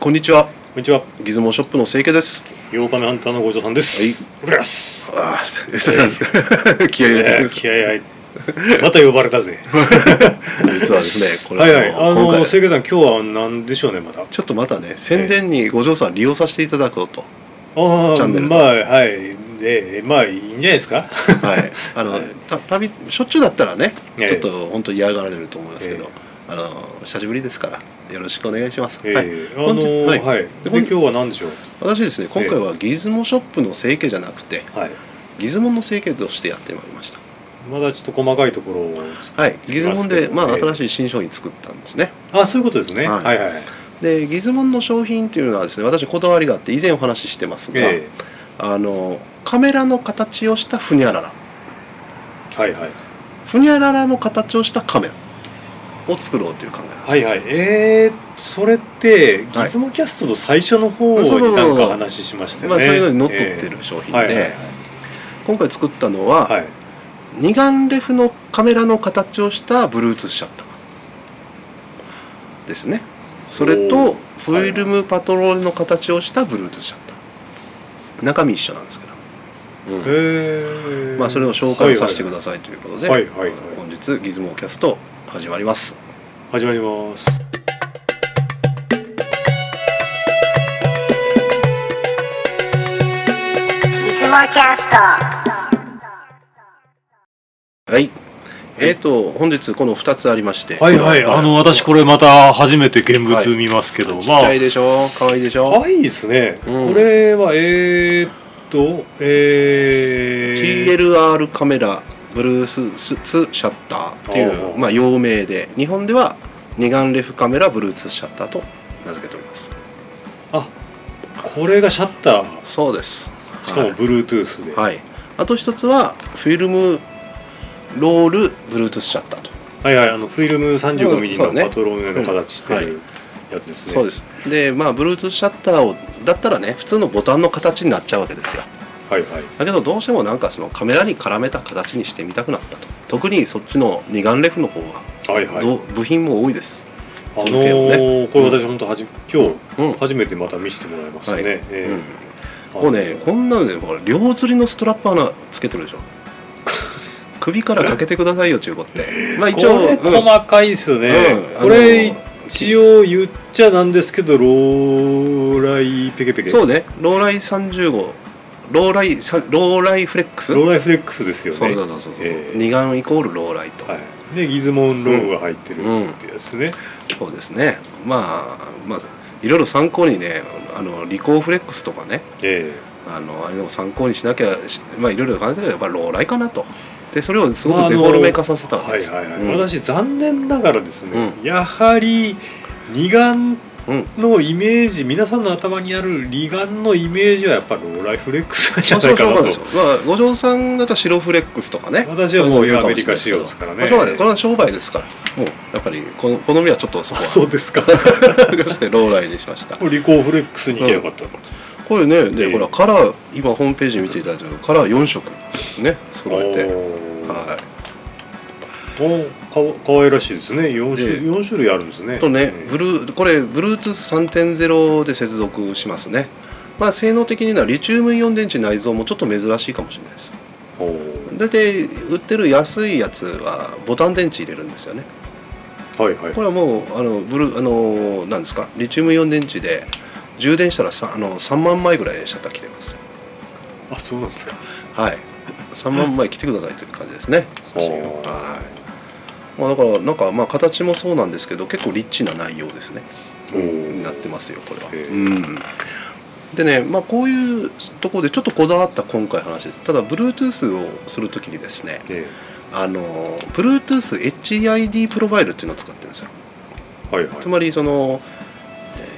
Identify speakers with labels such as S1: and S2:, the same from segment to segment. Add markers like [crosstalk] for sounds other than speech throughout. S1: こんにちは
S2: こんにちは。
S1: ギズモショップの清家です
S2: 8日目ハンターの五条さんです。
S1: はい
S2: おります。
S1: ああそうなんですか [laughs] 気合い入れて
S2: え
S1: るん
S2: ー
S1: です
S2: 気合い入っまた呼ばれたぜ。
S1: 実はですねこれ
S2: はいはい。あ
S1: 今
S2: の
S1: 回
S2: 清家さん今日は何でしょうねまだ。
S1: ちょっとまたね宣伝にご嬢さん利用させていただこうと
S2: あ
S1: チャ
S2: あ
S1: ンネル
S2: まあはい。でまあいいんじゃないですか。
S1: はいあの、た旅しょっちゅうだったらね
S2: ええ
S1: ちょっと本当嫌がられると思いますけど、
S2: え
S1: あの久しぶりですからよろしくお願いします、
S2: え
S1: はい
S2: ーあの
S1: 本日
S2: ー
S1: はい
S2: はい。
S1: で
S2: で
S1: 本
S2: 今
S1: 日
S2: 日は何でしょう。
S1: 私ですね今回はギズモショップの清家じゃなくて
S2: はい。
S1: ギズモンの清家としてやってまいりました
S2: まだちょっと細かいところをつ。
S1: はい
S2: つ
S1: ギ
S2: き
S1: ズ
S2: ま
S1: モン
S2: すけど
S1: で、まあ、
S2: えー
S1: 新しい新商品作ったんですね
S2: あそういうことですね。
S1: は
S2: はいいはいはい。
S1: でギズモンの商品っていうのはですね私こだわりがあって以前お話ししてますが、
S2: え
S1: あのカメラの形をしたふにゃらら
S2: ーはいはい
S1: ふにゃららの形をしたカメラを作ろうという考え
S2: はいはい。えーそれって
S1: はい
S2: ギズモキャストの最初の方に
S1: そうそうそうそう
S2: なんか話しました
S1: ま
S2: よ
S1: あ、
S2: ね。
S1: そういうのにのっとってる商
S2: えー
S1: 品で、
S2: はいはいはい。
S1: 今回作ったのは、
S2: はい、
S1: 二眼レフのカメラの形をしたブルートゥースシャッターですねそれ
S2: お
S1: と
S2: ー
S1: フィルムパトロールの形をしたブルートゥースシャッター中身一緒なんですけど、うん
S2: へえ
S1: まあ、それを紹介をさせてくださいということで、
S2: はいはいはい
S1: 本日ギズモキャスト始まります
S2: 始まります
S3: いつもキャスト
S1: はいえー、と本日この2つありまして
S2: はいはいあの私これまた初めて現物見ますけど、
S1: ちっち
S2: まあ
S1: ゃいでしょ可愛いでし
S2: 可
S1: ょ
S2: 愛いですね、
S1: うん
S2: これはえー、っとえー、
S1: TLR カメラブルーススツシャッターってい
S2: おうお
S1: う、
S2: う
S1: まあ、用名で日本では二眼レフカメラブルーツシャッターと名付けております
S2: あこれがシャッター
S1: そうです
S2: しかも
S1: は
S2: Bluetooth で、
S1: い、はいあと一つはフィルムロールブルーツシャッターと、
S2: はいはいあのフィルム 35mm
S1: そうね
S2: のパトロールの形して
S1: う
S2: るやつですね、
S1: そうですでまあブルーツシャッターをだったらね普通のボタンの形になっちゃうわけですよ
S2: はいはい
S1: だけどどうしてもなんかそのカメラに絡めた形にしてみたくなったと特にそっちの二眼レフの方が、
S2: はいはい
S1: ぞ部品も多いです
S2: あの
S1: 造形をね
S2: ーこれ私本当はじ今日
S1: うん
S2: 初めてまた見せてもらいましたね、
S1: は
S2: えー
S1: うん、もうねこんなのでほら両釣りのストラップ穴つけてる
S2: [laughs]
S1: でしょ首からかけてくださいよ中古ってまあ
S2: こ
S1: 一応
S2: れ
S1: うん
S2: 細かいですよね、
S1: うん
S2: これ
S1: あの
S2: 一応言っちゃなんですけどローライペケペケ
S1: そうねローライ30号ローライさローライフレックス
S2: ローライフレックスですよね
S1: そうそうそうそう、
S2: ええ
S1: 二眼イコールローライと、
S2: はい、でギズモンローが入ってる
S1: うん
S2: ってやつね、
S1: そうですねまあまあいろいろ参考にねあのリコーフレックスとかね
S2: え
S1: あのあれを参考にしなきゃしまあいろいろ考えたけどやっぱりローライかなとでそれをすごく
S2: まああ
S1: デ
S2: の
S1: フォルメ化させ
S2: え
S1: たわ
S2: は
S1: けで
S2: い
S1: す、
S2: はいはい、
S1: うん
S2: 私残念ながらですね、
S1: う
S2: やはり二眼
S1: うん
S2: のイメージ皆さんの頭にある二眼のイメージはやっぱローライフレックスなんじ
S1: そ
S2: ゃ
S1: う
S2: な
S1: そ
S2: いうか
S1: そう
S2: な
S1: そう
S2: と
S1: ですよまあ五条さんだと白フレックスとかね
S2: 私はもう
S1: いる
S2: アメリカ
S1: し
S2: 仕
S1: れない
S2: 様ですから
S1: まあ
S2: ね
S1: そうなんですこれは商売ですからもうやっぱりこの好みはちょっとそこ
S2: あ
S1: は
S2: そうですか
S1: [laughs] そしてローライにしました
S2: リコーフレックスに行けばよかった、
S1: これね
S2: え
S1: で
S2: え
S1: ほらカラー今ホームページ見ていただいたけどカラー4色ね揃えて
S2: おー
S1: は
S2: おかかわいらしいですね4種
S1: で
S2: 四種類あるんですね
S1: いとね
S2: うん
S1: ブルーこれ Bluetooth3.0 で接続しますねまあ性能的にはリチウムイオン電池内蔵もちょっと珍しいかもしれないです
S2: おー
S1: 大体売ってる安いやつはボタン電池入れるんですよね
S2: はいはい
S1: これはもうあのブルあのなんですかリチウムイオン電池で充電したらさあの3万枚ぐらいシャッター切れます
S2: あそうなんですか
S1: はい3万枚切ってくださいという感じですね
S2: おー
S1: はい、まあ、だからなんかまあ形もそうなんですけど結構リッチな内容ですね
S2: おー
S1: になってますよこれは、
S2: へー
S1: うんでねまあこういうところでちょっとこだわった今回話ですただ Bluetooth をするときにですね
S2: え
S1: あの BluetoothHID プロバイドっていうのを使ってるんですよ
S2: えはいはい
S1: つまりその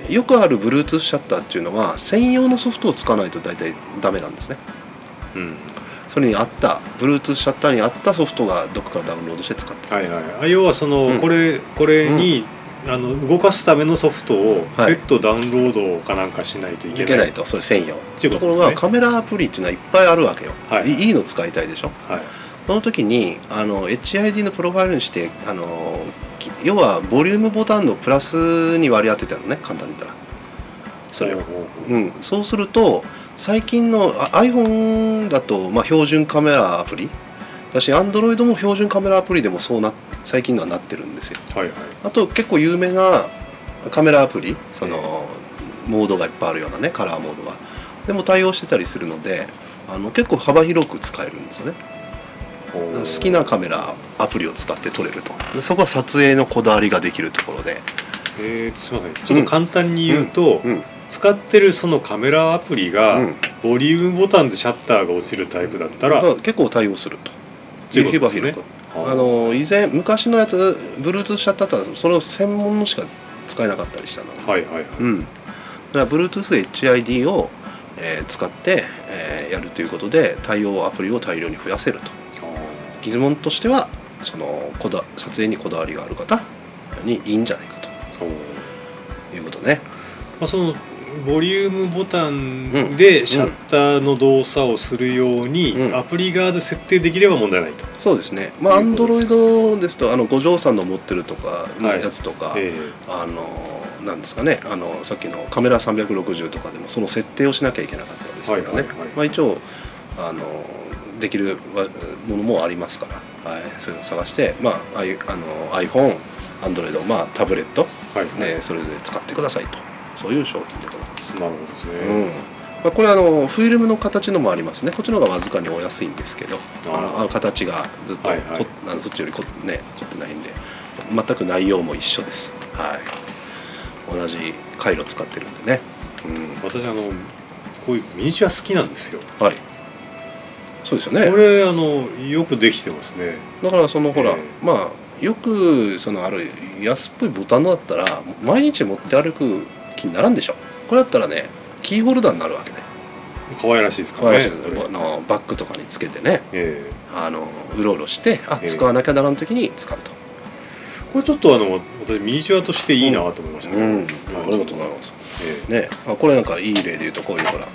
S1: えーよくある Bluetooth シャッターっていうのは専用のソフトを使わないと大体ダメなんですね
S2: うん
S1: それに合った Bluetooth シャッターに合ったソフトがどこからダウンロードして使って
S2: はいはいあ要はその、
S1: うん
S2: これこれに、あの動かすためのソフトを
S1: はい
S2: 別途ダウンロードかなんかしないとい
S1: い
S2: け
S1: け
S2: ない,、
S1: ないとそれ専用
S2: ていう
S1: と
S2: こ
S1: ことろ
S2: ですね
S1: がカメラアプリっていうのはいっぱいあるわけよ、
S2: はい
S1: い、いいの使いたいでしょ
S2: はい
S1: その時にあの HID のプロファイルにしてあのき要はボリュームボタンのプラスに割り当てたのね簡単に言ったらそれを、
S2: ほうほう
S1: うん、そうすると最近のあ iPhone だと、まあ、標準カメラアプリだし Android も標準カメラアプリでもそうな最近のはなってるんですよ
S2: ほうはいはい
S1: あと結構有名なカメラアプリそのモードがいっぱいあるようなねカラーモードがでも対応してたりするのであの結構幅広く使えるんですよね好
S2: 好
S1: きなカメラアプリを使って撮れるとでそこは撮影のこだわりができるところで
S2: えー、すみませんちょっと簡単に言うと、
S1: うんうん
S2: 使ってるそのカメラアプリが、
S1: うん
S2: ボリュームボタンでシャッターが落ちるタイプだったら、
S1: だから結構対応すると
S2: ということですね
S1: 幅広くあの以前昔のやつ Bluetooth しちゃったらそれを専門のしか使えなかったりしたの
S2: はいはいはい
S1: うんだから Bluetooth HID を、えー使って、えーやるということで対応アプリを大量に増やせるとギズモンとしてはそのこだ撮影にこだわりがある方にいいんじゃないか
S2: ほう
S1: ということね
S2: まあ、そのボリュームボタンでシャッターの動作をするように、
S1: うん
S2: アプリ側で設定できれば問題ないと、
S1: そうですねまあ
S2: いいことです
S1: Android ですとあの五条さんの持ってるとかの
S2: はい
S1: やつとか、
S2: え
S1: あのなんですかねあのさっきのカメラ360とかでもその設定をしなきゃいけなかったですけどね、
S2: はいはいはい
S1: まあ、一応あのできるわものもありますから、はい、そういうのを探して、まあ、ああいうあの iPhone、Android、まあ、タブレット、
S2: ーはいはい
S1: ね、それぞれ使ってくださいとそういう商品でございます、
S2: なるほどですね、
S1: うんまあ、これあのフィルムの形のもありますねこっちの方がわずかにお安いんですけどあ
S2: あ
S1: のあの形がずっとこ、
S2: はいはい
S1: あのどっちよりこ、ね、凝ってないんで全く内容も一緒です、はい、同じ回路使ってるんでね、
S2: 私あのこういうミニチュア好きなんですよ
S1: うん、はいそうですよね
S2: これあのよくできてますね
S1: だからそのほら、
S2: え
S1: まあよくそのある安っぽいボタンのだったら毎日持って歩く気にならんでしょこれだったらねキーホルダーになるわけね
S2: 可愛らしいですか
S1: 可
S2: ら
S1: 愛い
S2: ね
S1: です
S2: こ
S1: よね
S2: れ
S1: あのバッグとかにつけてね
S2: ええ
S1: あのうろうろしてあ
S2: ええ
S1: 使わなきゃならん時に使うと、
S2: これちょっとあの私ミニチュアとしていいなと思いましたね、
S1: うん
S2: はい
S1: ありがとうございます
S2: え
S1: ね、あこれなんかいい例で言うとこういうほら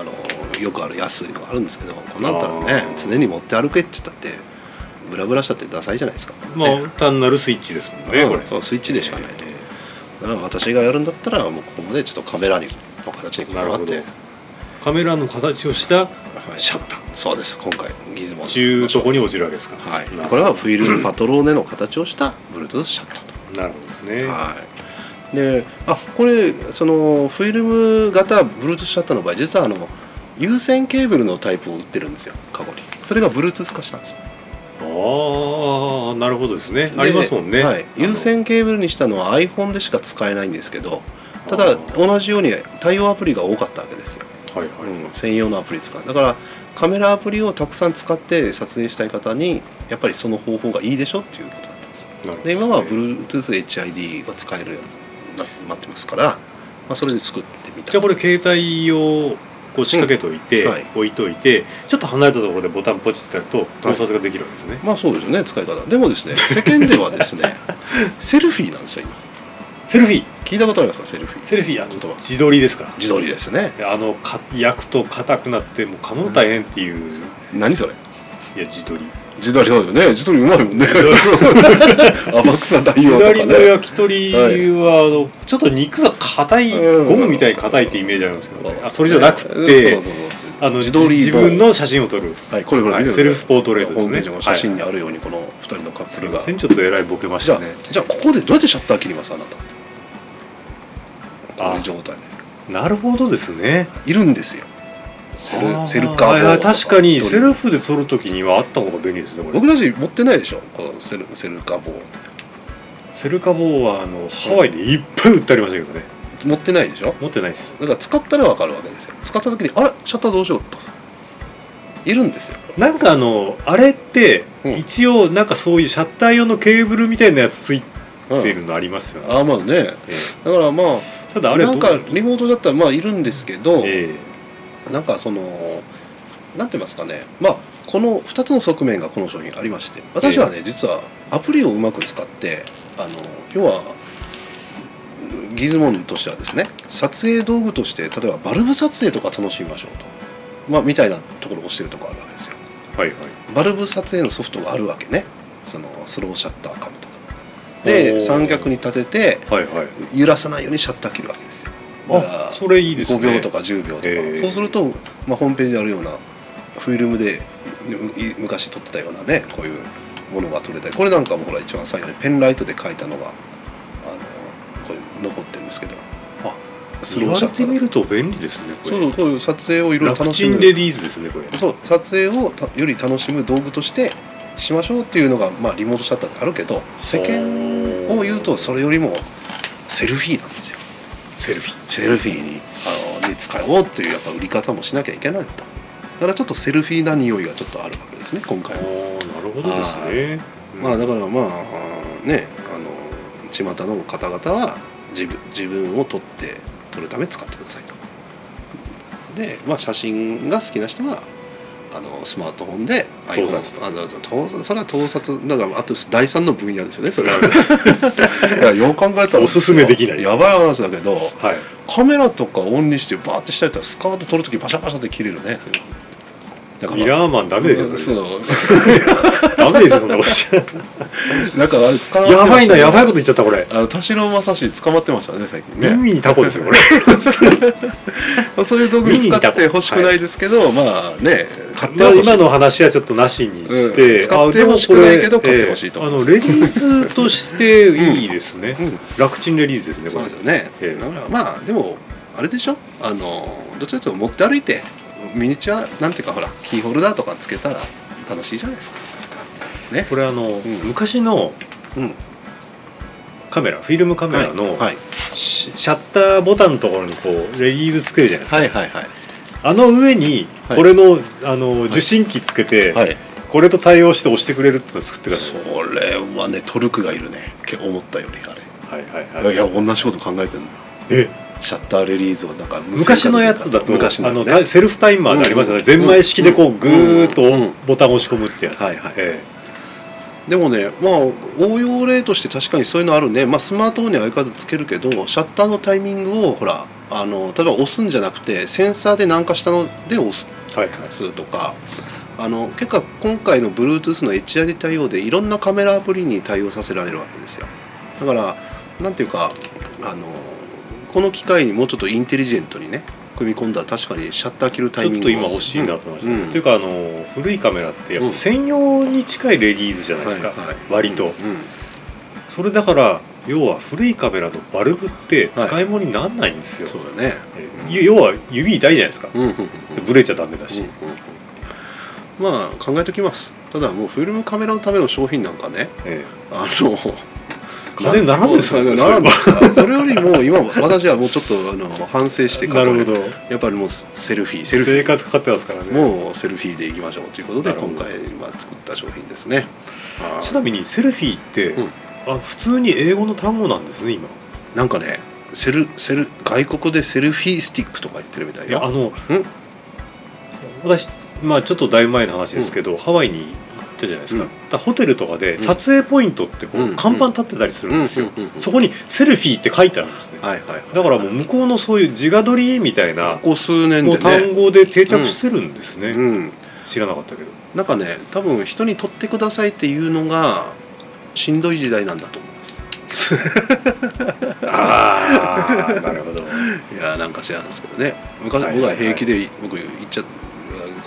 S1: あのよくある安いのがあるんですけどこんなんだったら
S2: あ
S1: ね
S2: ー
S1: 常に持って歩けって言ったってブラブラしたってダサいじゃないですか、
S2: えま
S1: ね
S2: あ単なるスイッチですもんね、
S1: うん
S2: これ
S1: そうスイッチでしかないと、
S2: え
S1: だから私がやるんだったらもうここでちょっとカメラにの形に
S2: え
S1: こ
S2: な
S1: だ
S2: る
S1: わ
S2: ほ
S1: っ
S2: ど
S1: て、はい、
S2: カメラの形をしたシャッタ
S1: そうです今回ギズモ
S2: ー
S1: の
S2: 中とこに落ちるわけですから、
S1: はい
S2: な
S1: これはフィルムパトローネの形をした Bluetooth シャッターと
S2: なるほどですね、
S1: はい、であこれそのフィルム型 Bluetooth シャッターの場合実はあの有線ケーブルのタイプを売ってるんですよカゴにそれが Bluetooth 化したんです
S2: ああなるほどですね
S1: で
S2: ありますもんね、
S1: はい、
S2: あの
S1: 有線ケーブルにしたのは iPhone でしか使えないんですけどた
S2: あ
S1: だ
S2: ー
S1: 同じように対応アプリが多かったわけですよ、
S2: はいはい、
S1: うん、専用のアプリ使うだからカメラアプリをたくさん使って撮影したい方にやっぱりその方法がいいでしょっていうことだったんです
S2: なるほど
S1: で今は BluetoothHID が使えるようになってますから、まあ、それで作ってみた
S2: じゃあこれ携帯をこう仕掛けといて、
S1: うんはい
S2: 置いといてちょっと離れたところでボタンポチってやると盗撮ができるわけですね、
S1: まあそうですね使い方でもですね世間ではです
S2: [laughs]
S1: ねセルフィーなんですよ今
S2: セルフィー
S1: 聞いたことありますかセルフィー
S2: セルフィーあの
S1: 言葉
S2: 自撮りですから
S1: 自撮りですね
S2: あのか焼くと硬くなってもう噛むの大変っていう、
S1: 何それ
S2: いや自撮り
S1: 自撮りそうですね自撮りうまいも
S2: [laughs]
S1: んね天草大
S2: 自
S1: 王
S2: 撮
S1: と
S2: り
S1: か
S2: の
S1: ね
S2: 焼き鳥は、あのちょっと肉が硬い
S1: うん
S2: ゴムみたいに硬いってイメージあるんですけど、ね、あそれじゃなくて、
S1: そうそうそう
S2: あの
S1: 自撮り
S2: 自分の写真を撮る
S1: はいこれこれ見てください
S2: はいセルフポートレートですね
S1: ホームページの写真にあるようにこの2人のカッ
S2: す
S1: プ
S2: い
S1: ル
S2: ま
S1: が
S2: せんちょっとえらいボケまし
S1: じゃ
S2: た
S1: あ
S2: ね
S1: じゃあここでどうやってシャッター切りますあなた
S2: あ
S1: こういう状態で
S2: なるほどですね
S1: いるんですよセ
S2: あ
S1: ル
S2: ー
S1: セルカー
S2: はいはい確かにセ
S1: フ
S2: ルフで撮るときにはあった方が便利ですねこれ
S1: 僕たち持ってないでしょこのセルセルカーボー
S2: セルカ棒はあのハワイでいっぱい売ってありましたけどね
S1: 持ってないでしょ
S2: 持ってないです
S1: だから使ったら分かるわけですよ使った時にあれシャッターどうしようといるんですよ
S2: なんかあのあれって
S1: うん
S2: 一応なんかそういうシャッター用のケーブルみたいなやつつい
S1: うん
S2: てるのありますよね、
S1: ああまあね
S2: え
S1: だからまあ
S2: えただあれ
S1: な
S2: どうん
S1: かリモートだったらまあいるんですけど、
S2: え
S1: なんかそのなんて言いますかねまあこの2つの側面がこの商品ありまして私はね、実はアプリをうまく使ってあの要はギズモンとしてはですね撮影道具として例えばバルブ撮影とか楽しみましょうと、まあ、みたいなところを押してるとこあるわけですよ
S2: えはいはい
S1: バルブ撮影のソフトがあるわけねそのスローシャッターカムとかで
S2: おー
S1: 三脚に立てて
S2: はいはい
S1: 揺らさないようにシャッター切るわけですよだから
S2: あそれいいですね
S1: 5秒とか10秒とか、
S4: へえ
S1: そうすると、まあ、ホームページにあるようなフィルムでいい昔撮ってたようなねこういうものが撮れたりこれなんかもほら一番最後にペンライトで描いたのがあのこれ残ってるんですけど
S4: あ
S1: ス
S4: 言
S1: ロー
S4: わ
S1: シ
S4: れ
S1: ャッタ
S4: て
S1: ー
S4: み
S1: だと
S4: ると便利ですねこ
S1: そうそう
S4: れ
S1: こういう撮影をいろいろ
S4: 楽
S1: 楽し
S4: ちん
S1: む
S4: レリーズですねこれ
S1: そう撮影をたより楽しむ道具としてしましょうっていうのが、まあ、リモートシャッターであるけど世間を言うとそれよりもセルフィーなんですよ
S4: セルフィ
S1: セルフィーにあので使おうというやっぱ売り方もしなきゃいけないとだからちょっとセルフィーな匂いがちょっとあるわけですね今
S4: あ
S1: 回は、
S4: ーなるほどですね
S1: まあだ
S4: か
S1: からまあねあの巷の方々は自分自分を撮って撮るため使ってくださいとで、まあ、写真が好きな人はあのスマートフォンで
S4: 盗撮と
S1: iPhone あの盗それは盗撮だからあと第三の分野ですよねそれは [laughs] いやよう考えたら
S4: おすすめできない
S1: やばい話だけど
S4: はい
S1: カメラとかオンにしてバーってしたやったらスカート撮るときバシャバシャって切れるねだ
S4: ミラーマンダメですよ
S1: そ
S4: それ
S1: う
S4: ダメですよそんなことしちゃ
S1: なんかあれ使わ
S4: や
S1: れてましたね
S4: ばいなやばいこと言っちゃったこれ
S1: あの田代正史捕まってましたね最近ね、
S4: 耳にタコですよこ [laughs] れ
S1: そういう道具使ってほしくないですけど、まあね買って
S4: まあ
S1: ほしい、
S4: 今の話はちょっとなしにして、
S1: うん使ってほしくないけど買ってほしいと
S2: あのレディースとしていいですね、
S1: うん、
S2: 楽ちんレディースですね
S1: そ
S2: こ
S1: う
S2: れ
S1: ですよね、
S4: ええ
S1: だからまあでもあれでしょあのどっちらかというと持って歩いてミニチュアなんていうかほらキーホルダーとかつけたら楽しいじゃないですかね
S2: これあの、
S1: ん
S2: 昔の
S1: うん
S2: カメラフィルムカメラの、
S1: はい
S2: シシャッターボタンのところにこうレディースつけるじゃないですか、
S1: はいはいはい
S2: あの上に
S1: はい
S2: これの,、あの受信機つけて、
S1: はい
S2: これと対応して押してくれるってのを作ってください
S1: それはねトルクがいるねけ思ったよりあれ
S2: はいはいはい
S1: いや同じこと考えてるの
S2: え
S1: シャッターレリーズをなんか無線化
S2: 昔のやつだと
S1: 昔の
S2: あの
S1: ね
S2: タイセルフタイマーでありますよね、
S1: うん
S2: 全枚式でこう
S1: うん
S2: グーッ
S1: うん
S2: とボタンを押し込むってやつ、
S1: はいはい
S2: え
S1: でもねまあ応用例として確かにそういうのあるね、まあ、スマートフォンには相変わらずつけるけどシャッターのタイミングをほらあの例えば押すんじゃなくてセンサーで何かしたので押す
S2: えはい
S1: やつとかあの結果今回の Bluetooth の HID 対応でいろんなカメラアプリに対応させられるわけですよだからなんていうかあのこの機会にもうちょっとインテリジェントにね組み込んだら確かにシャッター切るタ
S2: ち
S1: イ
S2: ょ
S1: ミ
S2: っ
S1: ング
S2: と今欲しいなと思いました、
S1: うん
S2: というかあの古いカメラってやっ
S1: う
S2: ぱ
S1: ん
S2: 専用に近いレディースじゃないですか、
S1: はいはい
S2: 割と、
S1: うんうん
S2: それだから要は古いカメラのバルブって使い物にならないんですよ、
S1: そうだね
S2: ええ要は指痛いじゃないですか、
S1: うんうんうん
S2: でブレちゃダメだし、
S1: うんうんまあ考えときますただもうフィルムカメラのための商品なんかね
S2: え
S1: あの
S2: 金にならんですよね
S1: なならんですからそれよりも今私はもうちょっとあの反省して
S2: え、
S1: から
S2: [laughs] なるほど
S1: やっぱりもうセルフィーセルフィ
S2: 生活かかってますからね
S1: ーもうセルフィーでいきましょうということで
S2: なるほど
S1: 今回まあ作った商品ですねはい
S2: ちなみにセルフィーって、
S1: うん
S2: あ普通に英語の単語なんですね今
S1: なんかねセルセル外国でセルフィースティックとか言ってるみたい
S2: いやあ
S1: よ
S2: の私、まあ、ちょっとだいぶ前の話ですけど、ハワイに行ったじゃないですか,、
S1: うん
S2: だからホテルとかで
S1: うん
S2: 撮影ポイントってこう、
S1: うん
S2: 看板立ってたりするんですよ、
S1: うんうんうん
S2: そこに「セルフィー」って書いてあるんですね、
S1: はいはいはい
S2: だからもう向こうのそういう自画撮りみたいな
S1: ここ数年で
S2: もう単
S1: ね
S2: 語で定着してるんですね、
S1: うん
S2: 知らなかったけど
S1: なんかね多分人に取ってくださいっていうのがしんどい時代なんだと思います
S2: あ [laughs] あなるほど
S1: いやーなんか知らんですけどね昔、
S2: はいはいはい
S1: 僕は平気で僕言っちゃ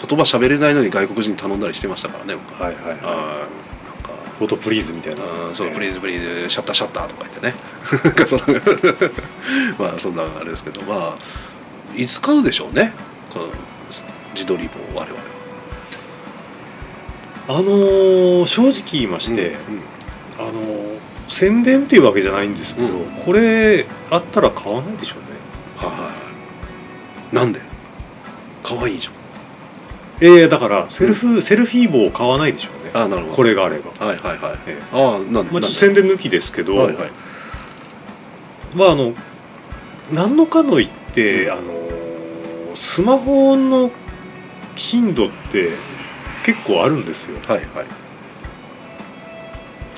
S1: 言葉喋れないのに外国人に頼んだりしてましたからね僕
S2: はいはいは
S1: あーなんか
S2: いフォトプリーズみたいな
S1: あーそう、プリ
S2: ズ
S1: ーズプリーズシャッターシャッターとか言ってね [laughs] なんかそのまあそんなあれですけどまあいつ買うでしょうねこの自撮り棒我々は
S2: あのー正直言いまして、
S1: うんうん
S2: あのー宣伝っていうわけじゃないんですけど、
S1: うん
S2: これあったら買わないでしょうね
S1: はいはいはいなんで可愛いじ
S2: ええだからセルフ、セルフィーボを買わないでしょうね
S1: ゃんあーなるほど
S2: これがあれば、
S1: はいはいはい
S2: ええ
S1: ああなん
S2: まあ、ちょっと
S1: なん
S2: 宣伝抜きですけど、
S1: はいはい
S2: まああの何のかの言って、あのスマホの頻度って結構あるんですよ
S1: はいはい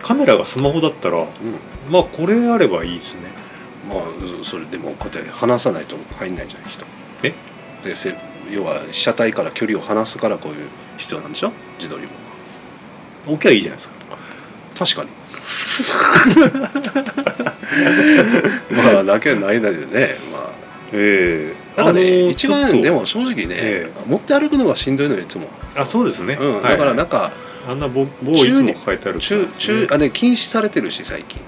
S2: カメラがスマホだった
S1: う
S2: ら
S1: ん
S2: まあこれあればいいですね
S1: まあうそれでもこうやって離さないと入んないじゃない人
S2: え
S1: でせ要は車体から距離を離すからこういう必要なんでしょ自撮り棒は
S2: 置きゃいいじゃないですか
S1: 確
S5: [laughs]
S1: かにまあだけはないないでねまあ
S5: ええ
S1: なんか
S5: あ
S1: ね
S5: の
S1: 一
S5: ちょっ
S1: 番
S5: と
S1: でも正直ね、
S5: え
S1: 持って歩くのがしんどいのよいつも、
S5: あそうですね、
S1: うん、
S5: はい
S1: だからなんか
S5: あんな棒棒をいつも抱えてある
S1: 中中あ、ね、禁止されてるし最近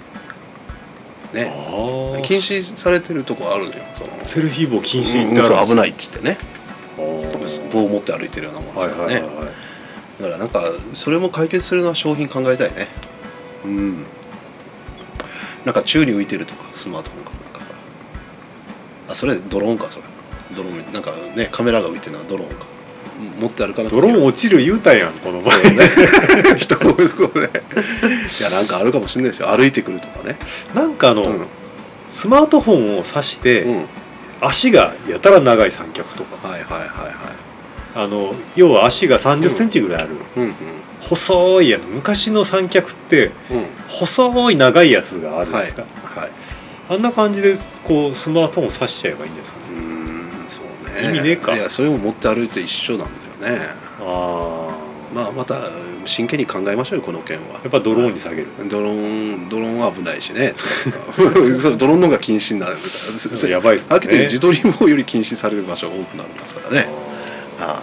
S5: あ
S1: ね
S5: ー
S1: 禁止されてるとこあるのよその
S5: セルフィー棒禁止
S1: う
S5: って
S1: ん
S5: ある
S1: そう
S5: あ
S1: 危ないっつってね
S5: ー
S1: 棒を持って歩いてるようなもんで
S5: は
S1: す
S5: い
S1: から
S5: は
S1: ね、
S5: いはい、はい
S1: だからなんかそれも解決するのは商品考えたいね
S5: うん、
S1: なんか宙に浮いてるとかスマートフォンかなんかあそれドローンかそれドローンなんかねカメラが浮いてるのはドローンかうん持って歩かなくてい
S2: ド
S1: い
S2: ローン落ちる言うたやんこの前
S1: そうね人の上のとこねいやなんかあるかもしれないですよ歩いてくるとかね
S2: なんかあの、
S1: うん
S2: スマートフォンを挿して、
S1: うん
S2: 足がやたら長い三脚とか
S1: はいはいはいは
S2: あの要は足が3 0センチぐらいある、
S1: いうんうん
S2: 細いやつ昔の三脚って
S1: うん
S2: 細い長いやつがあるん
S1: はい
S2: ですか、
S1: はい
S2: あんな感じでこうスマートフォン挿しちゃえばいいんですかね
S1: うーんそうね
S2: 意味ねえか
S1: いやそれも持って歩いて一緒なんだよね
S2: ああ
S1: まあまた真剣に考えましょうよこの件は
S2: やっぱドローンに下げる
S1: ドローンドローンは危ないしね [laughs] そうドローンの方が禁止になるから
S2: やばいです
S1: は
S2: も
S1: っ
S2: ん
S1: きり言って
S2: ね
S1: 自撮り棒より禁止される場所が多くなりますからねは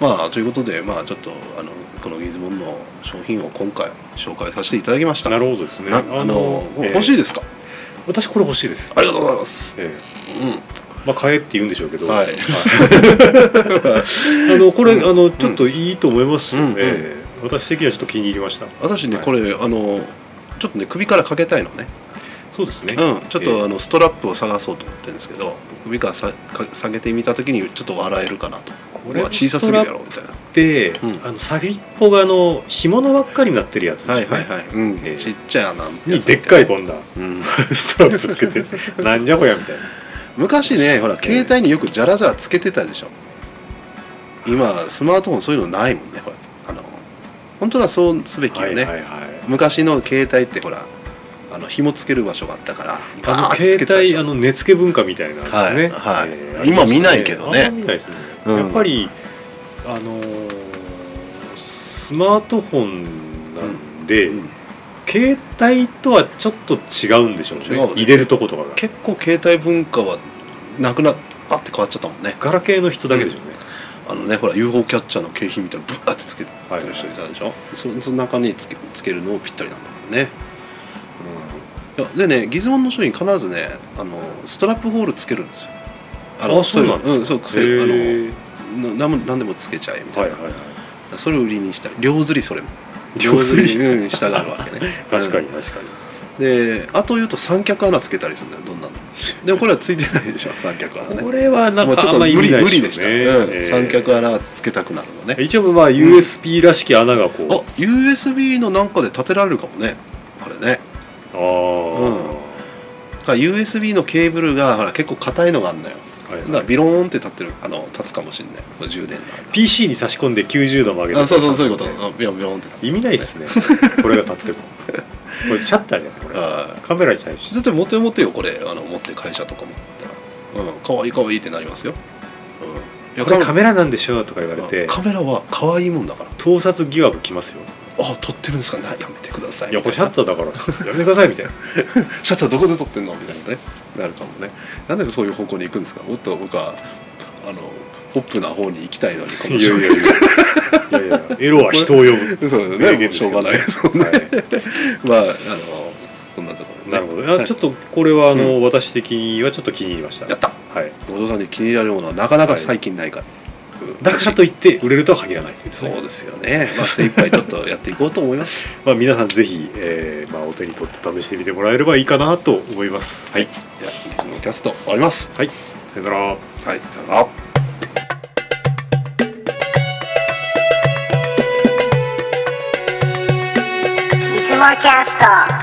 S1: いまあということでまあちょっとあのこのギズモンの商品を今回紹介させていただきました
S2: なるほどですね
S1: なあの、
S2: ええ
S1: 欲しいですか
S2: 私これ欲しいです、
S1: ありがとうございます
S2: え
S1: う
S2: えまあ買えって言うんでしょうけど、
S1: ん [laughs] はい
S2: あのこれ、あのちょっといいと思いますよ、
S1: うんうん
S2: ええ私的にはちょっと気に入りました
S1: 私ね
S2: はい
S1: これあのちょっとね首からかけたいのね
S2: そうですね、
S1: うん、ちょっ
S2: ええ
S1: とあのストラップを探そうと思ってるんですけど首からさか下げてみた時にちょっと笑えるかなと
S2: こ
S1: う
S2: れ
S1: わ小さすぎるやろみたいな
S2: で、
S1: うん
S2: あの先っぽがあの紐のばっかりになってるやつですよ
S1: は
S2: ね、
S1: いはいはい、うん
S2: ええ
S1: ちっちゃなやつ
S2: にでっかいこんな [laughs]
S1: うん、
S2: ストラップつけて
S1: [laughs]
S2: なんじゃこやみたいな
S1: 昔ねほら携帯によくジャラジャラつけてたでしょ今スマートフォンそういうのないもんねほらあの本当はそうすべきよね、
S2: はいはいはい
S1: 昔の携帯ってほらあの紐つける場所があったから
S2: あ
S1: バー
S2: の
S1: ッてつ
S2: 携
S1: けてたで
S2: 帯
S1: しょ
S2: あの根付け文化みたいなんですね、
S1: はいはい
S2: ありますね
S1: 今見ないけどね
S2: あんま見ないですね、
S1: うん
S2: やっぱりあのースマートフォンなんで、
S1: うん
S2: 携帯とはちょっと違うんでしょうね
S1: 違うね
S2: 入れるとことかが
S1: 結構携帯文化はなくなあって変わっちゃったもんね
S2: ガラケーの人だけでしょうね、
S1: あのねほら UFO キャッチャーの景品みたいなのブワーってつけて
S2: はい
S1: る人いたでしょ、そその中につけつけるのもぴったりなんだもんね、うんいや、でねギズモンの商品必ずねあのストラップホールつけるんですよ
S2: あそうなんですか
S1: うん、そう癖
S2: へ
S1: あの
S2: ー
S1: な何も何でもつけちゃえみた
S2: はいい
S1: な、
S2: はいはい
S1: それを売りにしたり両釣りそれも
S2: 両
S1: [laughs]
S2: 釣り
S1: うんしたがるわけね
S2: [laughs] 確かに
S1: う
S2: 確かに、
S1: んであと言うと三脚穴つけたりするんだよどんなのでもこれはついてないでしょ三脚穴ね
S2: これはなん
S1: もうち
S2: か
S1: ょっ
S2: あん
S1: と
S2: ま
S1: 無理
S2: 意味ない
S1: 無
S2: で
S1: 理
S2: し
S1: でした、
S2: ょうね、
S1: うん
S2: えー
S1: 三脚穴つけたくなるのね
S2: 一応まあ USB らしき穴がこう、
S1: あ USB のなんかで立てられるかもねこれね
S2: ああ、
S1: うんだから USB のケーブルがほら結構硬いのがあんだよ
S2: は
S1: だ
S2: いはい
S1: からビローンって立ってるあの立つかもしれないこれ充電が
S2: PC に差し込んで90度曲げて
S1: あそうそうそういうことあビロンビロンって立って
S2: 意味ない
S1: [laughs]
S2: っすねこれが立ってもこれシャッターじゃないこれ
S1: あ
S2: カメラじゃないし
S1: だって持って持ってよこれあの持って会社とかも行ったらうんかわいいかわいいってなりますよ、うんいや、
S2: これカメラなんでしょうとか言われて
S1: あカメラは可愛いもんだから
S2: 盗撮疑惑きますよ
S1: あ撮ってるんですかなやめてください
S2: いやこれシャッター
S1: [laughs]
S2: だからやめてくださいみたいな
S1: シャッターどこで撮ってんのみたいなねなるかもねなんでそういう方向に行くんですかもっと僕はあのポップな方に行きたいのにこの
S2: いやいやいやいやいやエロは人を呼ぶ
S1: そうですね
S2: 名
S1: もう
S2: 言です
S1: しょ
S2: け
S1: うが
S2: ど
S1: ないですもんね、
S2: はい
S1: まああのこんなところで、ね、
S2: なるほど、
S1: は
S2: あ
S1: い
S2: ちょっとこれはあの、私的にはちょっと気に入りました
S1: やった
S2: はい
S1: お嬢さんに気に入られるものはなかなか最近ないから、うん
S2: だからといって売れるとは限らないっていうね
S1: そうですよね、まあ、精一杯ちょっとやっていこうと思います
S2: まあ、皆さんぜひ、えーまあ、お手に取って試してみてもらえればいいかなと思いますはい、
S1: じゃあ今日のキャスト終わります
S2: はい、さよなら
S1: はいじゃあ
S3: いつもキャスト